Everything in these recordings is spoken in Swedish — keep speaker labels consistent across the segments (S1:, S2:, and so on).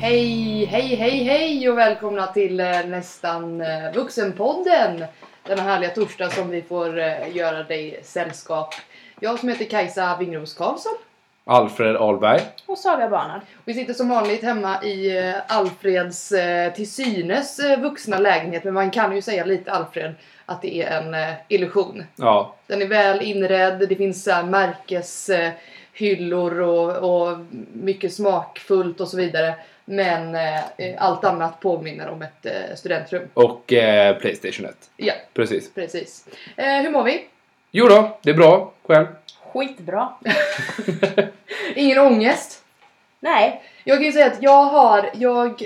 S1: Hej, hej, hej, hej och välkomna till eh, nästan eh, Vuxenpodden. Denna härliga torsdag som vi får eh, göra dig sällskap. Jag som heter Kajsa Wingros Karlsson.
S2: Alfred Ahlberg.
S3: Och Saga Barnard.
S1: Vi sitter som vanligt hemma i eh, Alfreds eh, till synes eh, vuxna lägenhet. Men man kan ju säga lite Alfred att det är en eh, illusion.
S2: Ja,
S1: Den är väl inredd, det finns så här märkeshyllor och, och mycket smakfullt och så vidare. Men eh, allt annat påminner om ett eh, studentrum.
S2: och eh, Playstation 1.
S1: Ja,
S2: Precis.
S1: precis. Eh, hur mår vi?
S2: Jo då, det är bra. Själv?
S3: Skitbra.
S1: Ingen ångest?
S3: Nej.
S1: Jag kan ju säga att jag har, jag,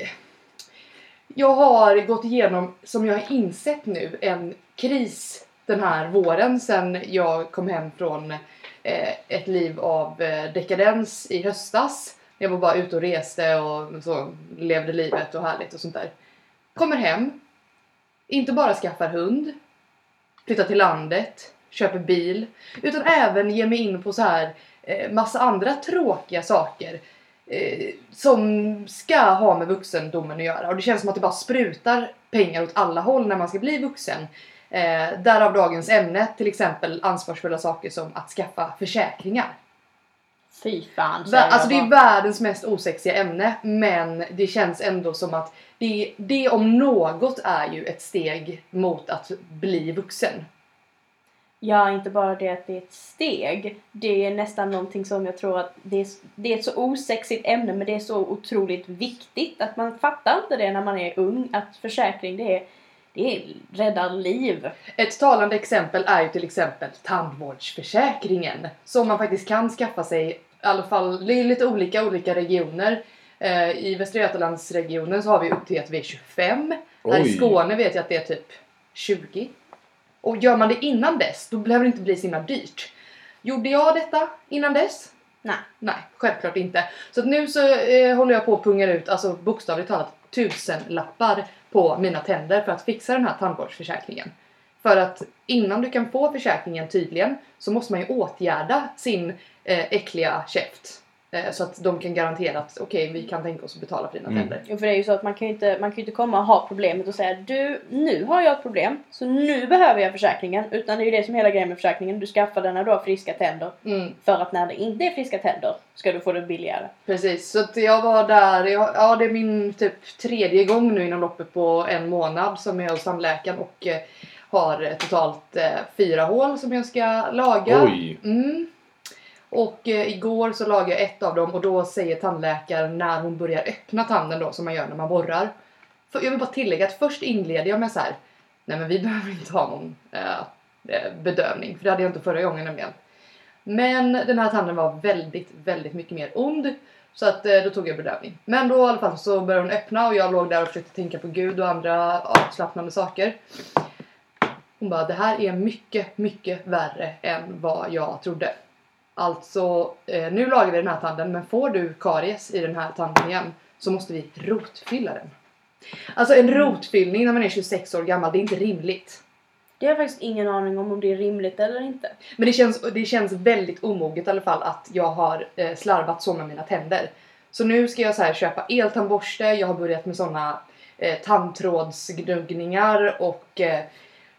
S1: jag har gått igenom, som jag har insett nu, en kris den här våren sen jag kom hem från eh, ett liv av eh, dekadens i höstas. Jag var bara ute och reste och så, levde livet och härligt och sånt där. Kommer hem, inte bara skaffar hund, flyttar till landet, köper bil, utan även ger mig in på så här eh, massa andra tråkiga saker eh, som ska ha med vuxendomen att göra. Och det känns som att det bara sprutar pengar åt alla håll när man ska bli vuxen. Eh, därav dagens ämne, till exempel ansvarsfulla saker som att skaffa försäkringar.
S3: Fy fan.
S1: Vä-
S3: säger jag
S1: alltså det är
S3: bara.
S1: världens mest osexiga ämne men det känns ändå som att det, det om något är ju ett steg mot att bli vuxen.
S3: Ja, inte bara det att det är ett steg. Det är nästan någonting som jag tror att det är, det är ett så osexigt ämne men det är så otroligt viktigt att man fattar inte det när man är ung. Att försäkring det är, det är räddar liv.
S1: Ett talande exempel är ju till exempel tandvårdsförsäkringen som man faktiskt kan skaffa sig i alla fall, det är lite olika olika regioner. Eh, I Västra Götalandsregionen så har vi upp till att vi är 25. Här i
S2: Oj.
S1: Skåne vet jag att det är typ 20. Och gör man det innan dess, då behöver det inte bli så himla dyrt. Gjorde jag detta innan dess?
S3: Nej.
S1: Nej, självklart inte. Så att nu så eh, håller jag på att punga ut, alltså bokstavligt talat, tusen lappar på mina tänder för att fixa den här tandvårdsförsäkringen. För att innan du kan få försäkringen tydligen så måste man ju åtgärda sin eh, äckliga käft. Eh, så att de kan garantera att okej, vi kan tänka oss att betala för dina
S2: Mm.
S1: tänder.
S3: Jo, för det är ju så att man kan ju inte, man kan ju inte komma och ha problemet och säga du, nu har jag ett problem så nu behöver jag försäkringen. Utan det är ju det som är hela grejen med försäkringen. Du skaffar den när du har friska tänder.
S1: Mm,
S3: För att när det inte är friska tänder ska du få det billigare.
S1: precis, så att jag var där, jag, ja det är min typ tredje gång nu inom loppet på en månad som jag är hos tandläkaren och eh, har eh, totalt eh, fyra hål som jag ska laga.
S2: Oj.
S1: Mm. Och eh, igår så lagade jag ett av dem och då säger tandläkaren när hon börjar öppna tanden då som man gör när man borrar. För jag vill bara tillägga att först inleder jag med så här. Nej men vi behöver inte ha någon eh, eh, bedövning för det hade jag inte förra gången nämligen. Men den här tanden var väldigt, väldigt mycket mer ond. Så att eh, då tog jag bedövning. Men då i alla fall så började hon öppna och jag låg där och försökte tänka på Gud och andra avslappnande saker. Hon bara, det här är mycket, mycket värre än vad jag trodde. Alltså, eh, nu lagar vi den här tanden, men får du karies i den här tanden igen så måste vi rotfylla den. Alltså en rotfyllning när man är 26 år gammal, det är inte rimligt.
S3: Det har jag faktiskt ingen aning om om det är rimligt eller inte.
S1: Men det känns, det känns väldigt omoget i alla fall att jag har eh, slarvat så med mina tänder. Så nu ska jag så här köpa eltandborste, jag har börjat med såna eh, tandtrådsgnuggningar och eh,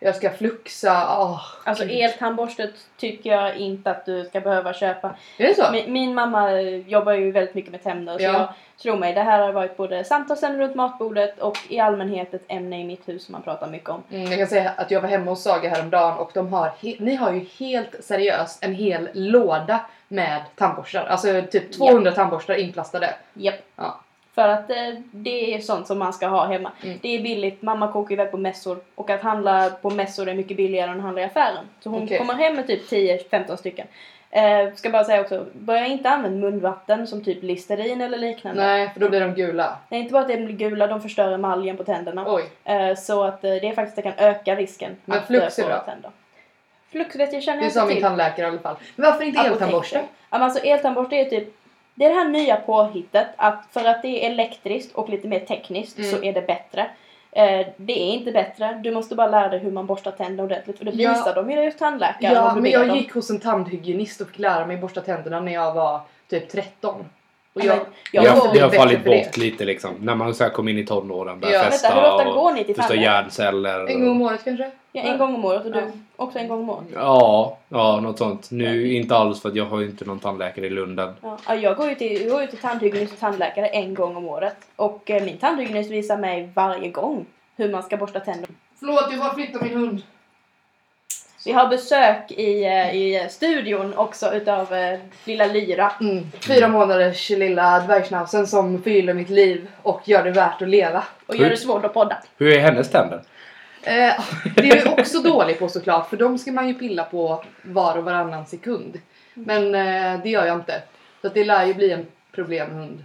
S1: jag ska fluxa. ah,
S3: Alltså
S1: gud.
S3: eltandborstet tycker jag inte att du ska behöva köpa.
S1: Är det så?
S3: Min, min mamma eh, jobbar ju väldigt mycket med tänder så
S1: Ja.
S3: jag tror mig, det här har varit både samtalsämne runt matbordet och i allmänhet ett ämne i mitt hus som man pratar mycket om.
S1: Mm, jag kan säga att jag var hemma hos Saga häromdagen och de har he- ni har ju helt seriöst en hel låda med tandborstar. Alltså typ 200 tandborstar inplastade.
S3: Japp.
S1: Ja.
S3: För att eh, det är sånt som man ska ha hemma.
S1: Mm.
S3: Det är billigt, mamma kokar iväg på mässor och att handla på mässor är mycket billigare än att handla i affären. Så hon
S1: Okej.
S3: kommer hem med typ 10-15 stycken. Eh, ska bara säga också, börja inte använda munvatten som typ Listerin eller liknande.
S1: Nej, för då blir de gula.
S3: Det är inte bara att de blir gula, de förstör emaljen på tänderna.
S1: Oj.
S3: Eh, så att eh, det faktiskt kan öka risken
S1: Men
S3: att
S1: Flux
S3: eh,
S1: är
S3: få
S1: bra.
S3: tänder. Flux vet jag känner
S1: Det
S3: jag inte
S1: sa min
S3: till.
S1: tandläkare i alla fall. Men varför inte
S3: Apotek.
S1: eltandborste?
S3: Ja, men alltså eltandborste är typ det är det här nya påhittet att för att det är elektriskt och lite mer tekniskt
S1: Mm.
S3: så är det bättre. Eh, det är inte bättre, du måste bara lära dig hur man borstar tänder ordentligt och det
S1: Ja.
S3: visar de ju hos tandläkaren
S1: Ja,
S3: om du
S1: men
S3: ber
S1: jag
S3: dem.
S1: gick hos en tandhygienist och fick lära mig borsta tänderna när jag var typ 13. Och jag,
S3: Men
S2: Det
S1: jag
S3: går-
S1: får
S2: har, det har
S1: bättre
S2: fallit
S1: för det.
S2: bort lite liksom. När man så här kom in i tonåren,
S1: Ja.
S2: började
S3: Vänta, hur ofta
S2: festa och
S3: går ni till
S2: första
S3: tandläkaren?
S2: hjärnceller.
S1: en gång
S2: och-
S1: om året kanske?
S3: Ja, en gång om året och du
S1: Ja.
S3: också en gång om året.
S2: Ja, ja, något sånt. Nu inte alls för att jag har ju inte någon tandläkare i Lunden.
S3: Ja, ja, jag går ju till, jag går ju till tandhygienist och tandläkare en gång om året. Och eh, min tandhygienist visar mig varje gång hur man ska borsta tänder.
S1: Förlåt, jag bara flyttar min hund.
S3: Vi har besök i, eh, i studion också utav eh, lilla Lyra.
S1: Mm. Fyra månaders lilla dvärgschnauzen som förgyller mitt liv och gör det värt att leva.
S3: Och
S2: Oj.
S3: gör det svårt att podda.
S2: Hur är hennes tänder?
S1: Eh, det är jag också dålig på såklart för de ska man ju pilla på var och varannan sekund. Men eh, det gör jag inte. Så att det lär ju bli en problemhund.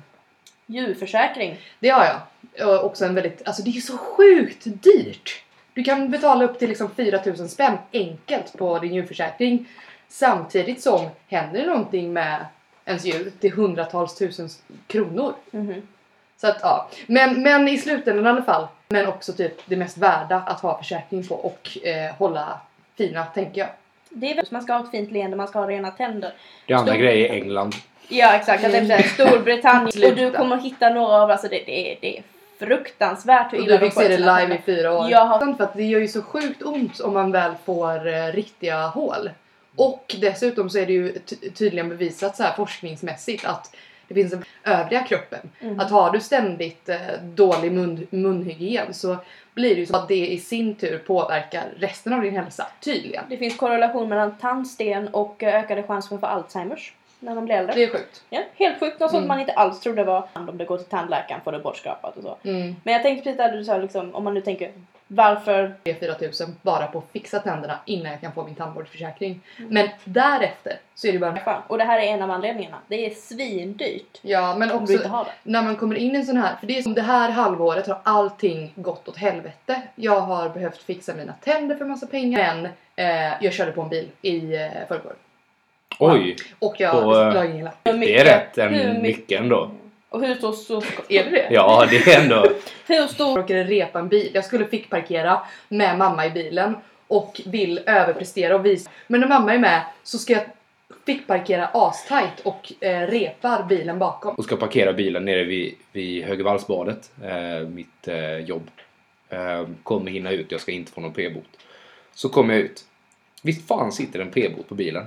S3: Djurförsäkring.
S1: Det har jag. Och också en väldigt, alltså det är ju så sjukt dyrt. Du kan betala upp till liksom 4000 spänn enkelt på din djurförsäkring. Samtidigt som händer det någonting med ens djur till hundratals tusen kronor.
S3: Mhm.
S1: Så att ja. Men, men i slutändan i alla fall. Men också typ det mest värda att ha försäkring på och eh, hålla fina tänker jag.
S3: Det är väl man ska ha ett fint leende, man ska ha rena tänder.
S2: Det är andra
S3: Stor-
S2: grejer i England.
S3: Ja exakt, jag tänkte säga Storbritannien.
S1: Mm. Sluta.
S3: och du kommer hitta några av, alltså det, det, är, det är fruktansvärt hur
S1: Och
S3: illa
S1: du fick se det
S3: sina
S1: live
S3: tänder.
S1: i fyra år.
S3: Jag har-
S1: För att det gör ju så sjukt ont om man väl får eh, riktiga hål. Och dessutom så är det ju ty- tydligen bevisat så här forskningsmässigt att det finns en övriga kroppen.
S3: Mm.
S1: Att har du ständigt eh, dålig mun, munhygien så blir det ju så att det i sin tur påverkar resten av din hälsa. Tydligen.
S3: Det finns korrelation mellan tandsten och eh, ökade chans för att få Alzheimers när man blir äldre.
S1: Det är sjukt.
S3: Ja, helt sjukt, något sånt
S1: Mm.
S3: man inte alls trodde var om det går till tandläkaren får det bortskrapat och så.
S1: Mm.
S3: Men jag tänkte precis där du sa liksom, om man nu tänker varför...
S1: 3-4 000 bara på att fixa tänderna innan jag kan få min tandvårdsförsäkring.
S3: Mm.
S1: Men därefter så är det bara
S3: Fan. Och det här är en av anledningarna. Det är svindyrt
S1: Ja men
S3: om du
S1: också
S3: inte har det.
S1: när man kommer in i en sån här, för det är som det här halvåret har allting gått åt helvete. Jag har behövt fixa mina tänder för massa pengar men eh, jag körde på en bil i eh, förrgår.
S2: Oj,
S1: Och jag
S2: På, eh,
S1: la ingen lapp.
S3: Hur
S2: det är rätt
S3: hur
S2: en
S3: mycket-
S2: mycket ändå.
S3: Och hur stor, stor,
S1: Är det det?
S2: Ja, det är ändå...
S3: hur stor
S1: Jag råkade repa en bil. Jag skulle fick parkera med mamma i bilen och vill överprestera och visa. Men när mamma är med så ska jag fick parkera astajt och eh, repar bilen bakom.
S2: och ska parkera bilen nere vid, vid Högevallsbadet, eh, mitt eh, jobb. Eh, kommer hinna ut, jag ska inte få någon p-bot. Så kommer jag ut. Visst fan sitter en p-bot på bilen?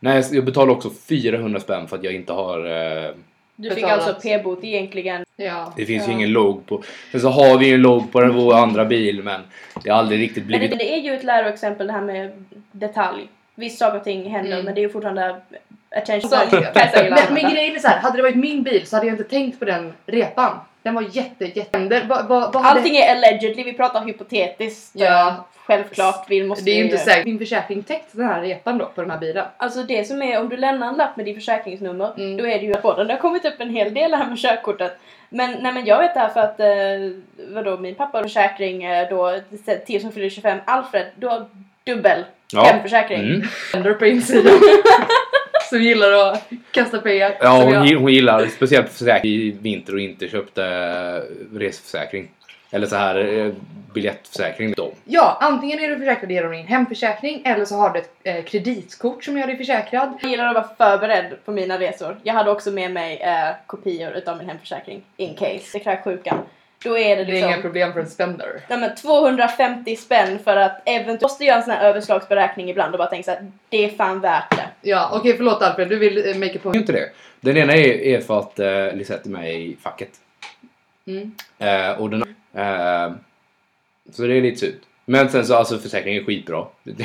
S2: Nej, jag- jag betalar också 400 spänn för att jag inte har... Eh,
S3: Du fick
S1: Betalat.
S3: alltså p-bot egentligen.
S1: Ja.
S2: det finns
S3: Ja.
S2: ju ingen logg på... Sen så har vi ju en logg på den vår andra bil, men det har aldrig riktigt
S3: Men det,
S2: blivit...
S3: det är ju ett läroexempel det här med detalj. Visst saker och ting händer
S1: Mm.
S3: men det är ju fortfarande attention.
S1: Så är det.
S3: Kajsa gillar
S1: Men, men
S3: andra.
S1: grejen är så här, hade det varit min bil så hade jag inte tänkt på den repan. Den var jätte, jätte... Vad, vad, vad hade-
S3: Allting är allegedly, vi pratar hypotetiskt.
S1: Ja.
S3: Självklart, vi måste
S1: Det är ju inte
S3: ju-
S1: säkert. Din försäkring täckte den här repan då på den här bilen.
S3: Alltså det som är, om du lämnar en lapp med ditt försäkringsnummer,
S1: Mm.
S3: då är det ju att båda- det har kommit upp en hel del här med körkortet. Men nej men jag vet det här för att, eh, vadå, min pappa har försäkring eh, då, till som fyller 25, Alfred, då har dubbel hemförsäkring.
S2: Mm.
S1: Ändrar på insidan. som gillar att kasta pengar.
S2: Ja,
S1: Som
S2: hon,
S1: jag.
S2: gi- hon gillar speciellt försäkring i vinter och inte köpte eh, reseförsäkring. Eller så här eh, biljettförsäkring. Dem.
S1: Ja, antingen är du försäkrad genom din hemförsäkring eller så har du ett eh, kreditkort som gör dig försäkrad.
S3: Jag gillar att vara förberedd på mina resor. Jag hade också med mig eh, kopior utav min hemförsäkring, in case. Det kräver sjukan. Då är det
S1: Det är inga
S3: liksom
S1: problem för en spender.
S3: Nej, men 250 spänn för att eventuellt måste göra en sån här överslagsberäkning ibland och bara tänka såhär, det är fan värt det.
S1: Ja, okej förlåt Alfred, du vill eh, make a
S2: Det är
S1: point.
S2: inte det. Den ena är, är för att eh, Lisette är med i facket.
S1: Mm.
S2: Eh, och den eh, Så det är lite surt. Men sen så alltså försäkringen är skitbra.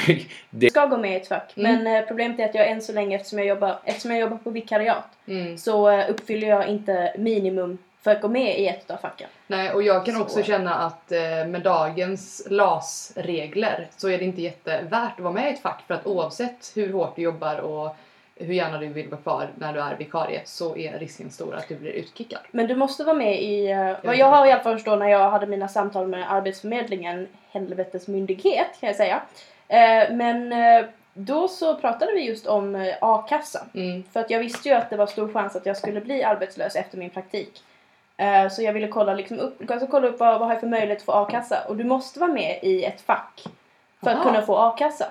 S2: det,
S3: ska gå med i ett fack.
S1: Mm.
S3: Men eh, problemet är att jag än så länge, eftersom jag jobbar, eftersom jag jobbar på vikariat,
S1: Mm.
S3: så eh, uppfyller jag inte minimum för att gå med i ett av facken.
S1: Nej, och jag kan
S3: Så.
S1: också känna att eh, med dagens LAS-regler så är det inte jättevärt att vara med i ett fack för att oavsett hur hårt du jobbar och hur gärna du vill vara kvar när du är vikarie så är risken stor att du blir utkickad.
S3: Men du måste vara med i, eh, vad jag har i alla fall förstått när jag hade mina samtal med Arbetsförmedlingen, helvetes myndighet kan jag säga. Eh, Men eh, då så pratade vi just om eh, a-kassa.
S1: Mm.
S3: För att jag visste ju att det var stor chans att jag skulle bli arbetslös efter min praktik. Eh, Så jag ville kolla, liksom upp, alltså kolla upp vad, vad har jag för möjlighet att få a-kassa. Och du måste vara med i ett fack för att
S1: Aha.
S3: kunna få a-kassa.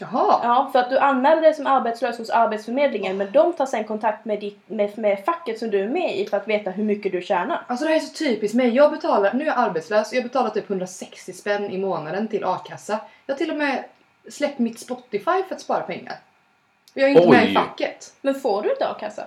S1: Jaha.
S3: Ja, för att du anmäler dig som arbetslös hos Arbetsförmedlingen men de tar sen kontakt med, ditt, med, med facket som du är med i för att veta hur mycket du tjänar.
S1: Alltså det här är så typiskt mig. Jag betalar, nu är jag arbetslös, jag betalar typ 160 spänn i månaden till a-kassa. Jag har till och med släppt mitt Spotify för att spara pengar. Jag är inte
S2: Oj.
S1: med i facket.
S3: Men får du inte a-kassa?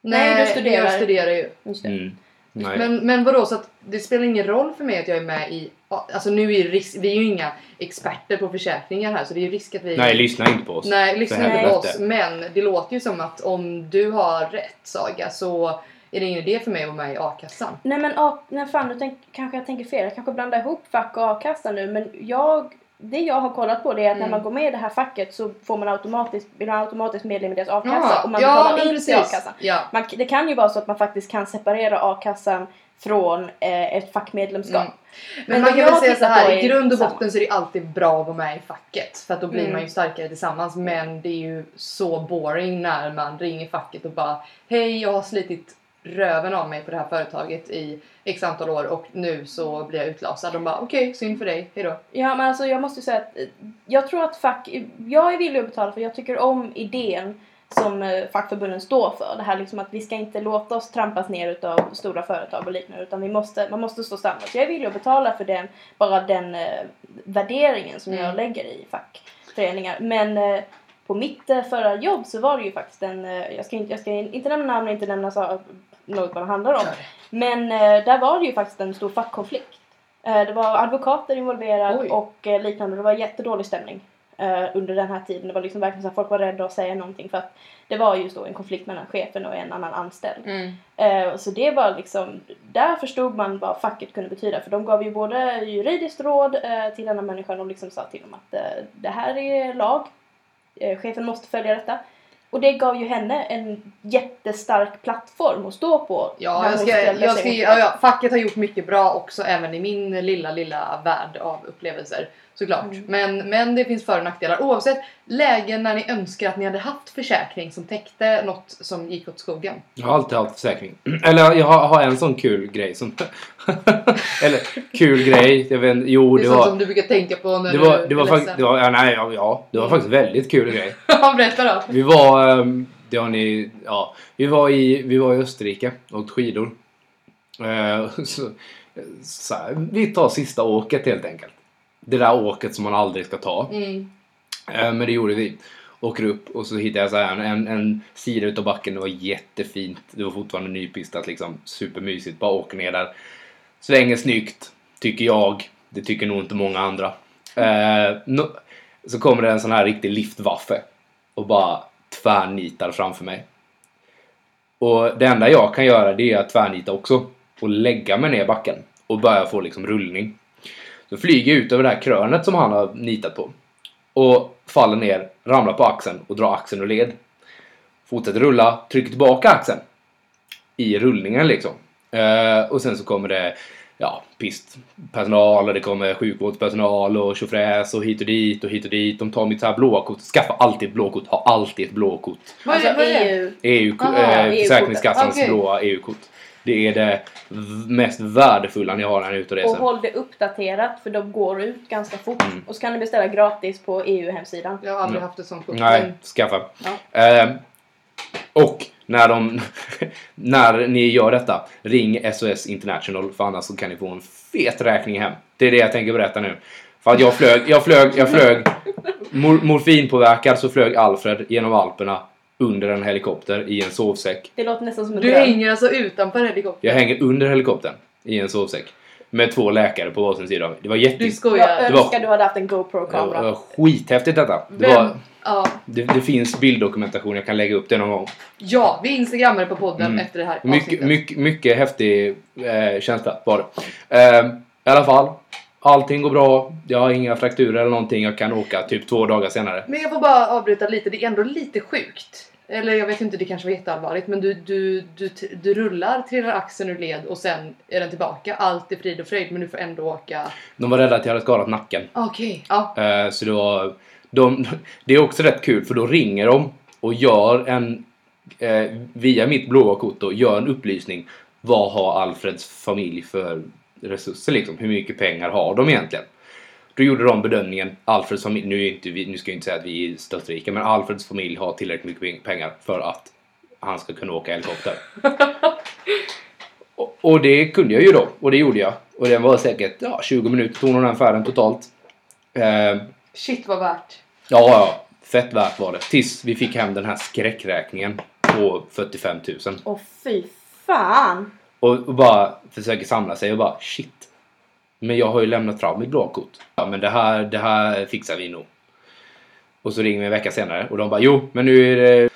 S3: Nej, du studerar.
S1: jag studerar ju.
S3: Just det.
S2: Mm. Nej.
S1: Men, men vadå, så att det spelar ingen roll för mig att jag är med i... Alltså nu är ju risk, vi är ju inga experter på försäkringar här så det är ju risk att vi...
S2: Nej, lyssna inte på oss.
S1: Nej, lyssna
S2: För
S1: inte på
S2: helvete.
S1: oss. Men det låter ju som att om du har rätt Saga så är det ingen idé för mig att vara med i a-kassan.
S3: Nej men a- nej, fan, nu tänk, kanske jag tänker fel. Jag kanske blandar ihop fack och a-kassa nu men jag det jag har kollat på det är att
S1: Mm.
S3: när man går med i det här facket så får man automatiskt, blir man automatiskt medlem i deras a-kassa
S1: Ja,
S3: och man
S1: ja,
S3: betalar
S1: men
S3: in till a-kassan.
S1: Ja.
S3: Man, det kan ju vara så att man faktiskt kan separera a-kassan från eh, ett fackmedlemskap.
S1: Mm. Men,
S3: Men
S1: man
S3: det
S1: kan
S3: jag
S1: väl säga så
S3: tittar
S1: här,
S3: på
S1: i
S3: är
S1: grund och
S3: samma.
S1: botten så är det alltid bra att vara med i facket för att då blir
S3: Mm.
S1: man ju starkare tillsammans men det är ju så boring när man ringer facket och bara Hej jag har slitit röven av mig på det här företaget i x antal år och nu så blir jag utlasad. De bara okej, synd för dig, hejdå.
S3: Ja men alltså jag måste ju säga att eh, jag tror att fack, jag är villig att betala för jag tycker om idén som eh, fackförbunden står för. Det här liksom att vi ska inte låta oss trampas ner utav stora företag och liknande utan vi måste, man måste stå samman. Så jag är villig att betala för den, bara den eh, värderingen som
S1: Mm.
S3: jag lägger i fackföreningar. Men eh, på mitt eh, förra jobb så var det ju faktiskt en, eh, jag ska inte, jag ska inte nämna namn, inte nämna så, något vad det handlar om. Men eh, där var det ju faktiskt en stor fackkonflikt. Eh, det var advokater involverade
S1: Oj.
S3: och eh, liknande. Det var jättedålig stämning eh, under den här tiden. Det var liksom verkligen så att folk var rädda att säga någonting för att det var just då en konflikt mellan chefen och en annan anställd.
S1: Mm.
S3: Eh, så det var liksom, där förstod man vad facket kunde betyda för de gav ju både juridiskt råd eh, till denna människan och liksom sa till dem att eh, det här är lag, eh, chefen måste följa detta. Och det gav ju henne en jättestark plattform att stå på.
S1: Ja,
S3: när
S1: jag
S3: hon
S1: ska,
S3: ställde
S1: jag
S3: sig
S1: ska,
S3: mot
S1: ja, ja, facket har gjort mycket bra också även i min lilla, lilla värld av upplevelser såklart.
S3: Mm.
S1: Men, men det finns för och nackdelar oavsett lägen när ni önskar att ni hade haft försäkring som täckte något som gick åt skogen.
S2: Jag har alltid haft försäkring. Eller jag har, har en sån kul grej som... Eller kul grej. Jag vet inte. Jo,
S1: det är
S2: det
S1: sånt
S2: var...
S1: som du brukar tänka på när
S2: Det var,
S1: du
S2: det var
S1: är
S2: faktiskt...
S1: ledsen.
S2: Ja, nej, ja, ja. Det var faktiskt väldigt kul grej.
S1: Ja, Berätta då.
S2: Vi var... ehm, Det har ni... Ja. Vi var i, vi var i Österrike och åkte skidor. Eh, Så, så här, vi tar sista åket helt enkelt. Det där åket som man aldrig ska ta.
S1: Mm.
S2: Eh, Men det gjorde vi. Åker upp och så hittar jag så här en, en, en sida utav backen. Det var jättefint. Det var fortfarande nypistat liksom. Supermysigt. Bara åker ner där. Svänger snyggt. Tycker jag. Det tycker nog inte många andra. Eh, nå- så kommer det en sån här riktig liftwaffe. Och bara tvärnitar framför mig. Och det enda jag kan göra det är att tvärnita också. Och lägga mig ner i backen. Och börja få liksom rullning. Så flyger jag ut över det här krönet som han har nitat på och faller ner, ramlar på axeln och drar axeln ur led. Fortsätter rulla, trycker tillbaka axeln. I rullningen liksom. Eh, och sen så kommer det ja, pistpersonal och det kommer sjukvårdspersonal och tjofräs och hit och dit och hit och dit. De tar mitt så här blåa kort, skaffa alltid ett blåkort, ha alltid ett blåkort.
S1: Vad är det- vad
S3: alltså,
S1: är det?
S3: EU.
S2: EU,
S1: Aha,
S2: eh,
S3: EU-kortet.
S2: Försäkringskassans
S1: Okej.
S2: blåa EU-kort. Det är det v- mest värdefulla ni har när ni är ute och
S3: Och
S2: reser.
S3: håll det uppdaterat för de går ut ganska fort.
S2: Mm.
S3: Och så kan du beställa gratis på E EU-hemsidan.
S1: Jag har aldrig
S2: Ja.
S1: haft ett sånt kort.
S2: Mm. Nej,
S1: Men-
S2: skaffa. Eh, och när, de, när ni gör detta, ring SOS International för annars så kan ni få en fet räkning hem. Det är det jag tänker berätta nu. För att jag flög, jag flög, jag flög mor, morfinpåverkad så flög Alfred genom Alperna under en helikopter i en sovsäck.
S3: Det låter nästan som en
S1: Du
S3: dröm.
S1: hänger alltså utanför helikoptern?
S2: Jag hänger under helikoptern i en sovsäck med två läkare på varsin sida av mig. Det var
S1: Du
S2: jätte...
S3: Jag
S1: skojar?
S2: Det var-
S3: önskar du hade haft en
S2: Det var- det
S3: GoPro-kamera.
S2: var skithäftigt detta. Det,
S1: Vem?
S2: var,
S1: Ja.
S2: det, det finns bilddokumentation, jag kan lägga upp det någon gång.
S1: ja, vi instagrammar det på podden
S2: Mm.
S1: efter det här
S2: Mycket,
S1: avsnittet.
S2: mycket, mycket häftig eh, känsla var det. Eh, I alla fall. Allting går bra. Jag har inga frakturer eller någonting. Jag kan åka typ två dagar senare.
S1: Men jag får bara avbryta lite, det är ändå lite sjukt. Eller jag vet inte, det kanske var jätteallvarligt men du, du, du, t- du rullar, trillar axeln ur led och sen är den tillbaka. Allt är frid och fröjd men du får ändå åka.
S2: De var rädda att jag hade skadat nacken.
S1: Okej, ja.
S2: Eh, så det var... De, det är också rätt kul för då ringer de och gör en... Eh, via mitt blåa kort då, gör en upplysning. Vad har Alfreds familj för resurser liksom? Hur mycket pengar har de egentligen? Då gjorde de bedömningen, Alfreds familj, nu, är inte vi, nu ska jag inte säga att vi är störst rika, men Alfreds familj har tillräckligt mycket pengar för att han ska kunna åka helikopter. och, och det kunde jag ju då, och det gjorde jag. Och den var säkert ja, 20 minuter tog nog den färden totalt. Eh,
S1: Shit vad värt.
S2: Ja, ja. Fett värt var det. Tills vi fick hem den här skräckräkningen på 45 000.
S3: Åh fy fan!
S2: Och, och bara försöker samla sig och bara shit. Men jag har ju lämnat fram mitt blåkort. Ja men det här, det här fixar vi nog. Och så ringer vi en vecka senare och de bara jo men nu är det...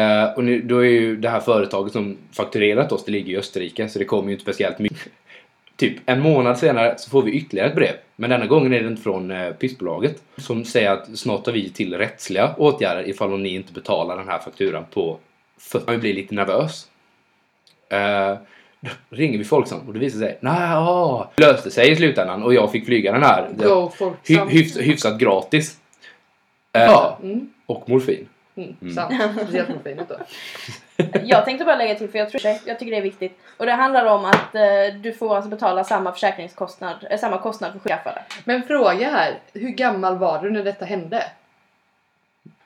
S2: eh, och nu, då är ju det här företaget som fakturerat oss, det ligger i Österrike så det kommer ju inte speciellt mycket. Typ en månad senare så får vi ytterligare ett brev. Men denna gången är det inte från uh, pissbolaget. Som säger att snart tar vi till rättsliga åtgärder ifall om ni inte betalar den här fakturan på... För man blir lite nervös. Eh, då ringer vi Folksam och det visar sig, nej, ja, det löste sig i slutändan och jag fick flyga den här hy,
S1: Go Folksam.
S2: hyfs, hyfsat gratis. Eh, ja,
S1: Mm,
S2: och morfin.
S1: mm,
S2: Mm.
S1: sant. Speciellt på finet då.
S3: Jag tänkte bara lägga till för jag, tror, jag tycker det är viktigt. Och det handlar om att eh, du får alltså betala samma försäkringskostnad, eh, samma kostnad för skyddskaffare.
S1: Men fråga här, hur gammal var du när detta hände?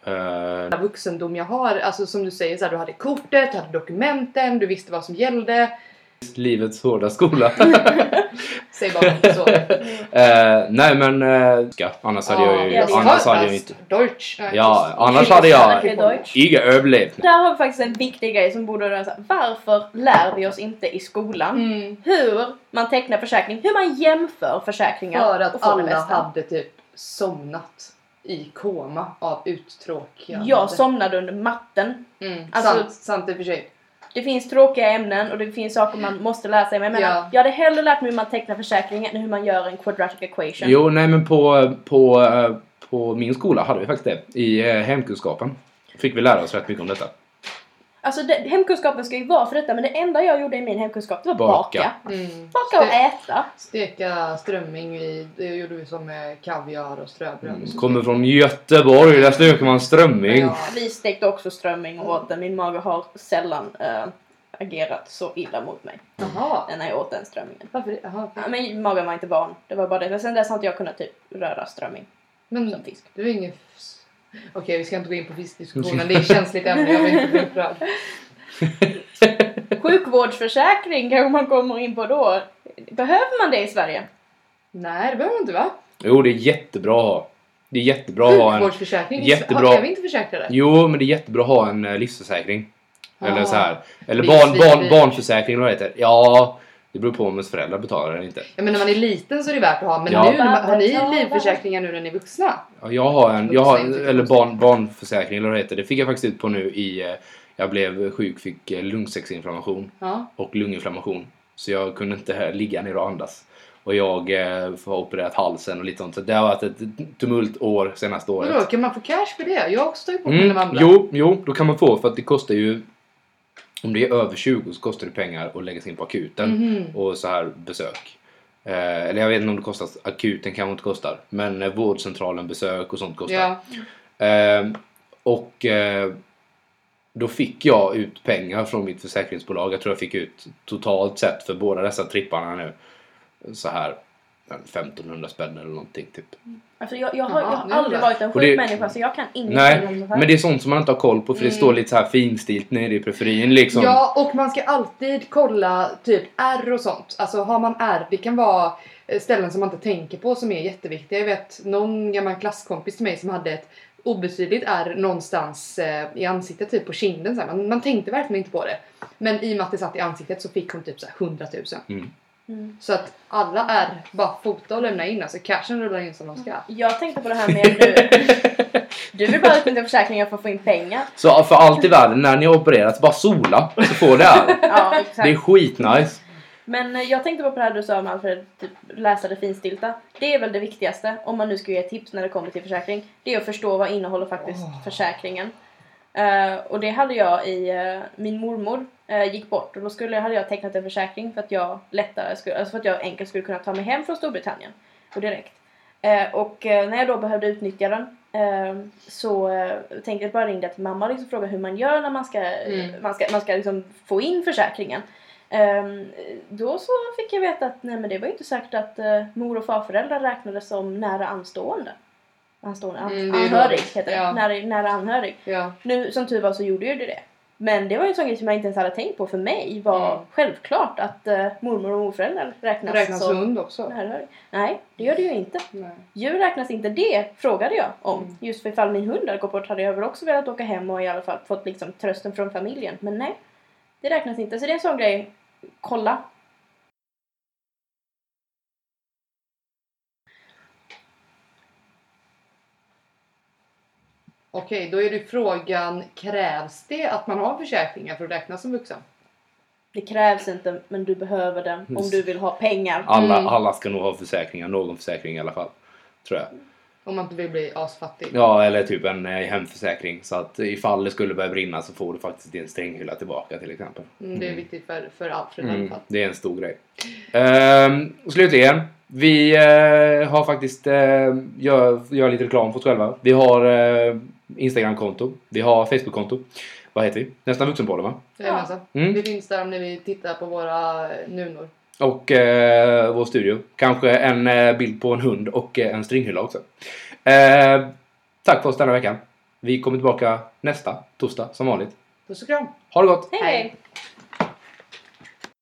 S2: Eh,
S1: Den här vuxendom jag har, alltså som du säger så här, du hade kortet, du hade dokumenten, du visste vad som gällde.
S2: livets hårda skola.
S1: Säg bara så.
S2: Eh, nej men, eh, ska. annars hade jag ju,
S3: Ja, det är
S2: annars hade jag inte,
S1: Deutsch. Nej,
S2: Ja,
S1: tyst.
S2: annars hade jag-
S3: Det är Deutsch.
S2: inga överlevt.
S3: Där har vi faktiskt en viktig grej som borde röra sig. Varför lär vi oss inte i skolan
S1: Mm.
S3: hur man tecknar försäkring, hur man jämför försäkringar
S1: För att
S3: och får det
S1: alla
S3: bästa.
S1: hade typ somnat i koma av uttråkande.
S3: Jag somnade under matten.
S1: Mm,
S3: Alltså-
S1: sant, sant i och för sig.
S3: Det finns tråkiga ämnen och det finns saker man måste lära sig. Men jag menar,
S1: Ja.
S3: jag hade hellre lärt mig hur man tecknar försäkringen än hur man gör en quadratic equation.
S2: Jo, nej men på, på, eh, på min skola hade vi faktiskt det. I eh, hemkunskapen fick vi lära oss rätt mycket om detta.
S3: Alltså det, hemkunskapen ska ju vara för detta men det enda jag gjorde i min hemkunskap det var
S2: Baka.
S3: baka.
S1: Mm.
S3: Baka och
S1: Ste-
S3: äta.
S1: Steka strömming, i, det gjorde vi som med kaviar och ströbröd.
S2: Mm, Kommer från Göteborg, där stöker man strömming.
S1: Ja.
S3: Vi stekte också strömming och åt den. Min mage har sällan eh, agerat så illa mot mig
S1: Jaha.
S3: när jag åt den strömmingen.
S1: Varför det? Jaha.
S3: Ja, men magen var inte van. Det var bara det. Men sen dess har inte jag kunnat typ röra strömming som
S1: Men
S3: fisk.
S1: du är ingen... f- Okej, vi ska inte gå in på fiskdiskussionen. Det är ett känsligt ämne. Jag blir inte upprörd.
S3: Sjukvårdsförsäkring kanske man kommer in på då. Behöver man det i Sverige?
S1: Nej, det behöver man inte va?
S2: Jo, det är jättebra att ha. Det är jättebra att ha en...
S1: Sjukvårdsförsäkring?
S2: jättebra-
S1: Har- Är vi inte försäkrade?
S2: Jo, men det är jättebra att ha en eh, livsförsäkring. Eller
S1: Ah.
S2: så här. Eller
S1: Vi-
S2: barn,
S1: vi-
S2: barn,
S1: vi-
S2: barnförsäkring eller vad det heter. Ja, det beror på om ens föräldrar betalar eller inte.
S1: Ja, men när man är liten så är det värt att ha. Men
S2: Ja.
S1: nu, har ni livförsäkringar nu när ni är vuxna?
S2: Ja, Jag har en... Jag har,
S1: Vuxna inte
S2: eller
S1: konstigt.
S2: barn, barnförsäkring eller vad det heter. Det fick jag faktiskt ut på nu i... eh, Jag blev sjuk, fick eh, lungsäcksinflammation.
S1: Ja.
S2: och lunginflammation. Så jag kunde inte ligga ner och andas. Och jag eh, har opererat halsen och lite sånt. Så det har varit ett tumultår senaste
S1: Vadå,
S2: året.
S1: kan man få cash för det? Jag har också tagit på mig när
S2: Mm,
S1: man blir-
S2: jo, jo, då kan man få för att det kostar ju... Om det är över 20 så kostar det pengar att läggas in på akuten
S1: Mhm.
S2: och så här besök. Eh, eller jag vet inte om det kostar, akuten kanske inte kostar. Men eh, vårdcentralen, besök och sånt kostar.
S1: Ja.
S2: Ehm, och eh, då fick jag ut pengar från mitt försäkringsbolag. Jag tror jag fick ut totalt sett för båda dessa tripparna nu. Så här en 1500 spänn eller någonting typ.
S3: Alltså jag, jag har, jag
S1: Jaha,
S3: har
S1: nu
S3: aldrig
S1: då.
S3: varit en
S2: Och
S3: sjuk
S2: det-
S3: människa så jag kan ingenting
S2: Nej,
S3: om sånt här.
S2: men det är sånt som man inte har koll på för det
S1: Mm.
S2: står lite så här finstilt nere i periferin liksom.
S1: ja, och man ska alltid kolla typ R och sånt. Alltså har man R, det kan vara eh, ställen som man inte tänker på som är jätteviktiga. Jag vet någon gammal klasskompis till mig som hade ett obetydligt R någonstans eh, i ansiktet, typ på kinden. Så här. Man, man tänkte verkligen inte på det. Men i och med att det satt i ansiktet så fick hon typ så här 100 000.
S3: Mm.
S1: Så att alla R bara fota och lämna in. Alltså cashen rullar in som de ska.
S3: Jag tänkte på det här med du, du vill bara utnyttja försäkringar för att få in pengar.
S2: Så för allt i världen, när ni har opererat, bara sola så får det här.
S3: Ja,
S2: Det är
S3: exakt.
S2: skitnice.
S3: Men eh, jag tänkte bara på det här du sa om Alfred, typ läsa det finstilta. Det är väl det viktigaste om man nu ska ge tips när det kommer till försäkring. Det är att förstå vad innehåller faktiskt
S1: Åh.
S3: försäkringen. Eh, och det hade jag i, eh, min mormor eh, gick bort och då skulle, hade jag tecknat en försäkring för att jag lättare skulle, alltså för att jag enkelt skulle kunna ta mig hem från Storbritannien. Och direkt. Eh, och eh, när jag då behövde utnyttja den eh, så eh, tänkte jag bara ringde till mamma och liksom fråga hur man gör när man ska,
S1: Mm.
S3: man ska, man ska liksom få in försäkringen. Eh, Ehm, då så fick jag veta att nej men det var ju inte säkert att eh, mor och farföräldrar räknades som nära anstående. Anstående? An-
S1: Mm, det är ju
S3: anhörig
S1: dåligt.
S3: heter det.
S1: Ja.
S3: Nära, nära anhörig.
S1: Ja.
S3: Nu som tur var så gjorde ju det det. Men det var ju en sån grej som jag inte ens hade tänkt på. För mig var
S1: Mm.
S3: självklart att eh, mormor och morföräldrar räknas,
S1: Räknas
S3: som
S1: hund också?
S3: nära anhörig. alltså, Nej, det gör det ju inte.
S1: Nej.
S3: Djur räknas inte det, frågade jag om.
S1: Mm.
S3: Just för ifall min hund hade gått bort hade jag väl också velat åka hem och i alla fall fått liksom trösten från familjen. Men nej, det räknas inte. Så det är en sån grej. Kolla.
S1: Okej, då är det frågan, krävs det att man har försäkringar för att räknas som vuxen?
S3: Det krävs inte, men du behöver den om du vill ha pengar.
S2: Alla,
S1: Mm.
S2: alla ska nog ha försäkringar, någon försäkring i alla fall. Tror jag.
S1: Om man inte vill bli asfattig.
S2: Ja, eller typ en eh, hemförsäkring. Så att ifall det skulle börja brinna så får du faktiskt din stänghylla tillbaka till exempel.
S1: Mm, det är viktigt för, för Alfred i alla
S2: Mm,
S1: fall.
S2: det är en stor grej. Ehm, och slutligen, vi eh, har faktiskt, uh, gör, gör lite reklam för oss själva. Vi har eh, Instagram-konto, vi har Facebook-konto. Vad heter vi? Nästan Vuxenpodden va?
S1: Jajamensan.
S2: Mm.
S1: Vi finns där om ni vill titta på våra nunor.
S2: Och eh, vår studio. Kanske en eh, bild på en hund och eh, en stringhylla också. Eh, tack för oss denna veckan. Vi kommer tillbaka nästa torsdag som vanligt.
S1: Puss och kram!
S2: Ha det gott!
S3: Hej!
S1: Hej.
S3: hej.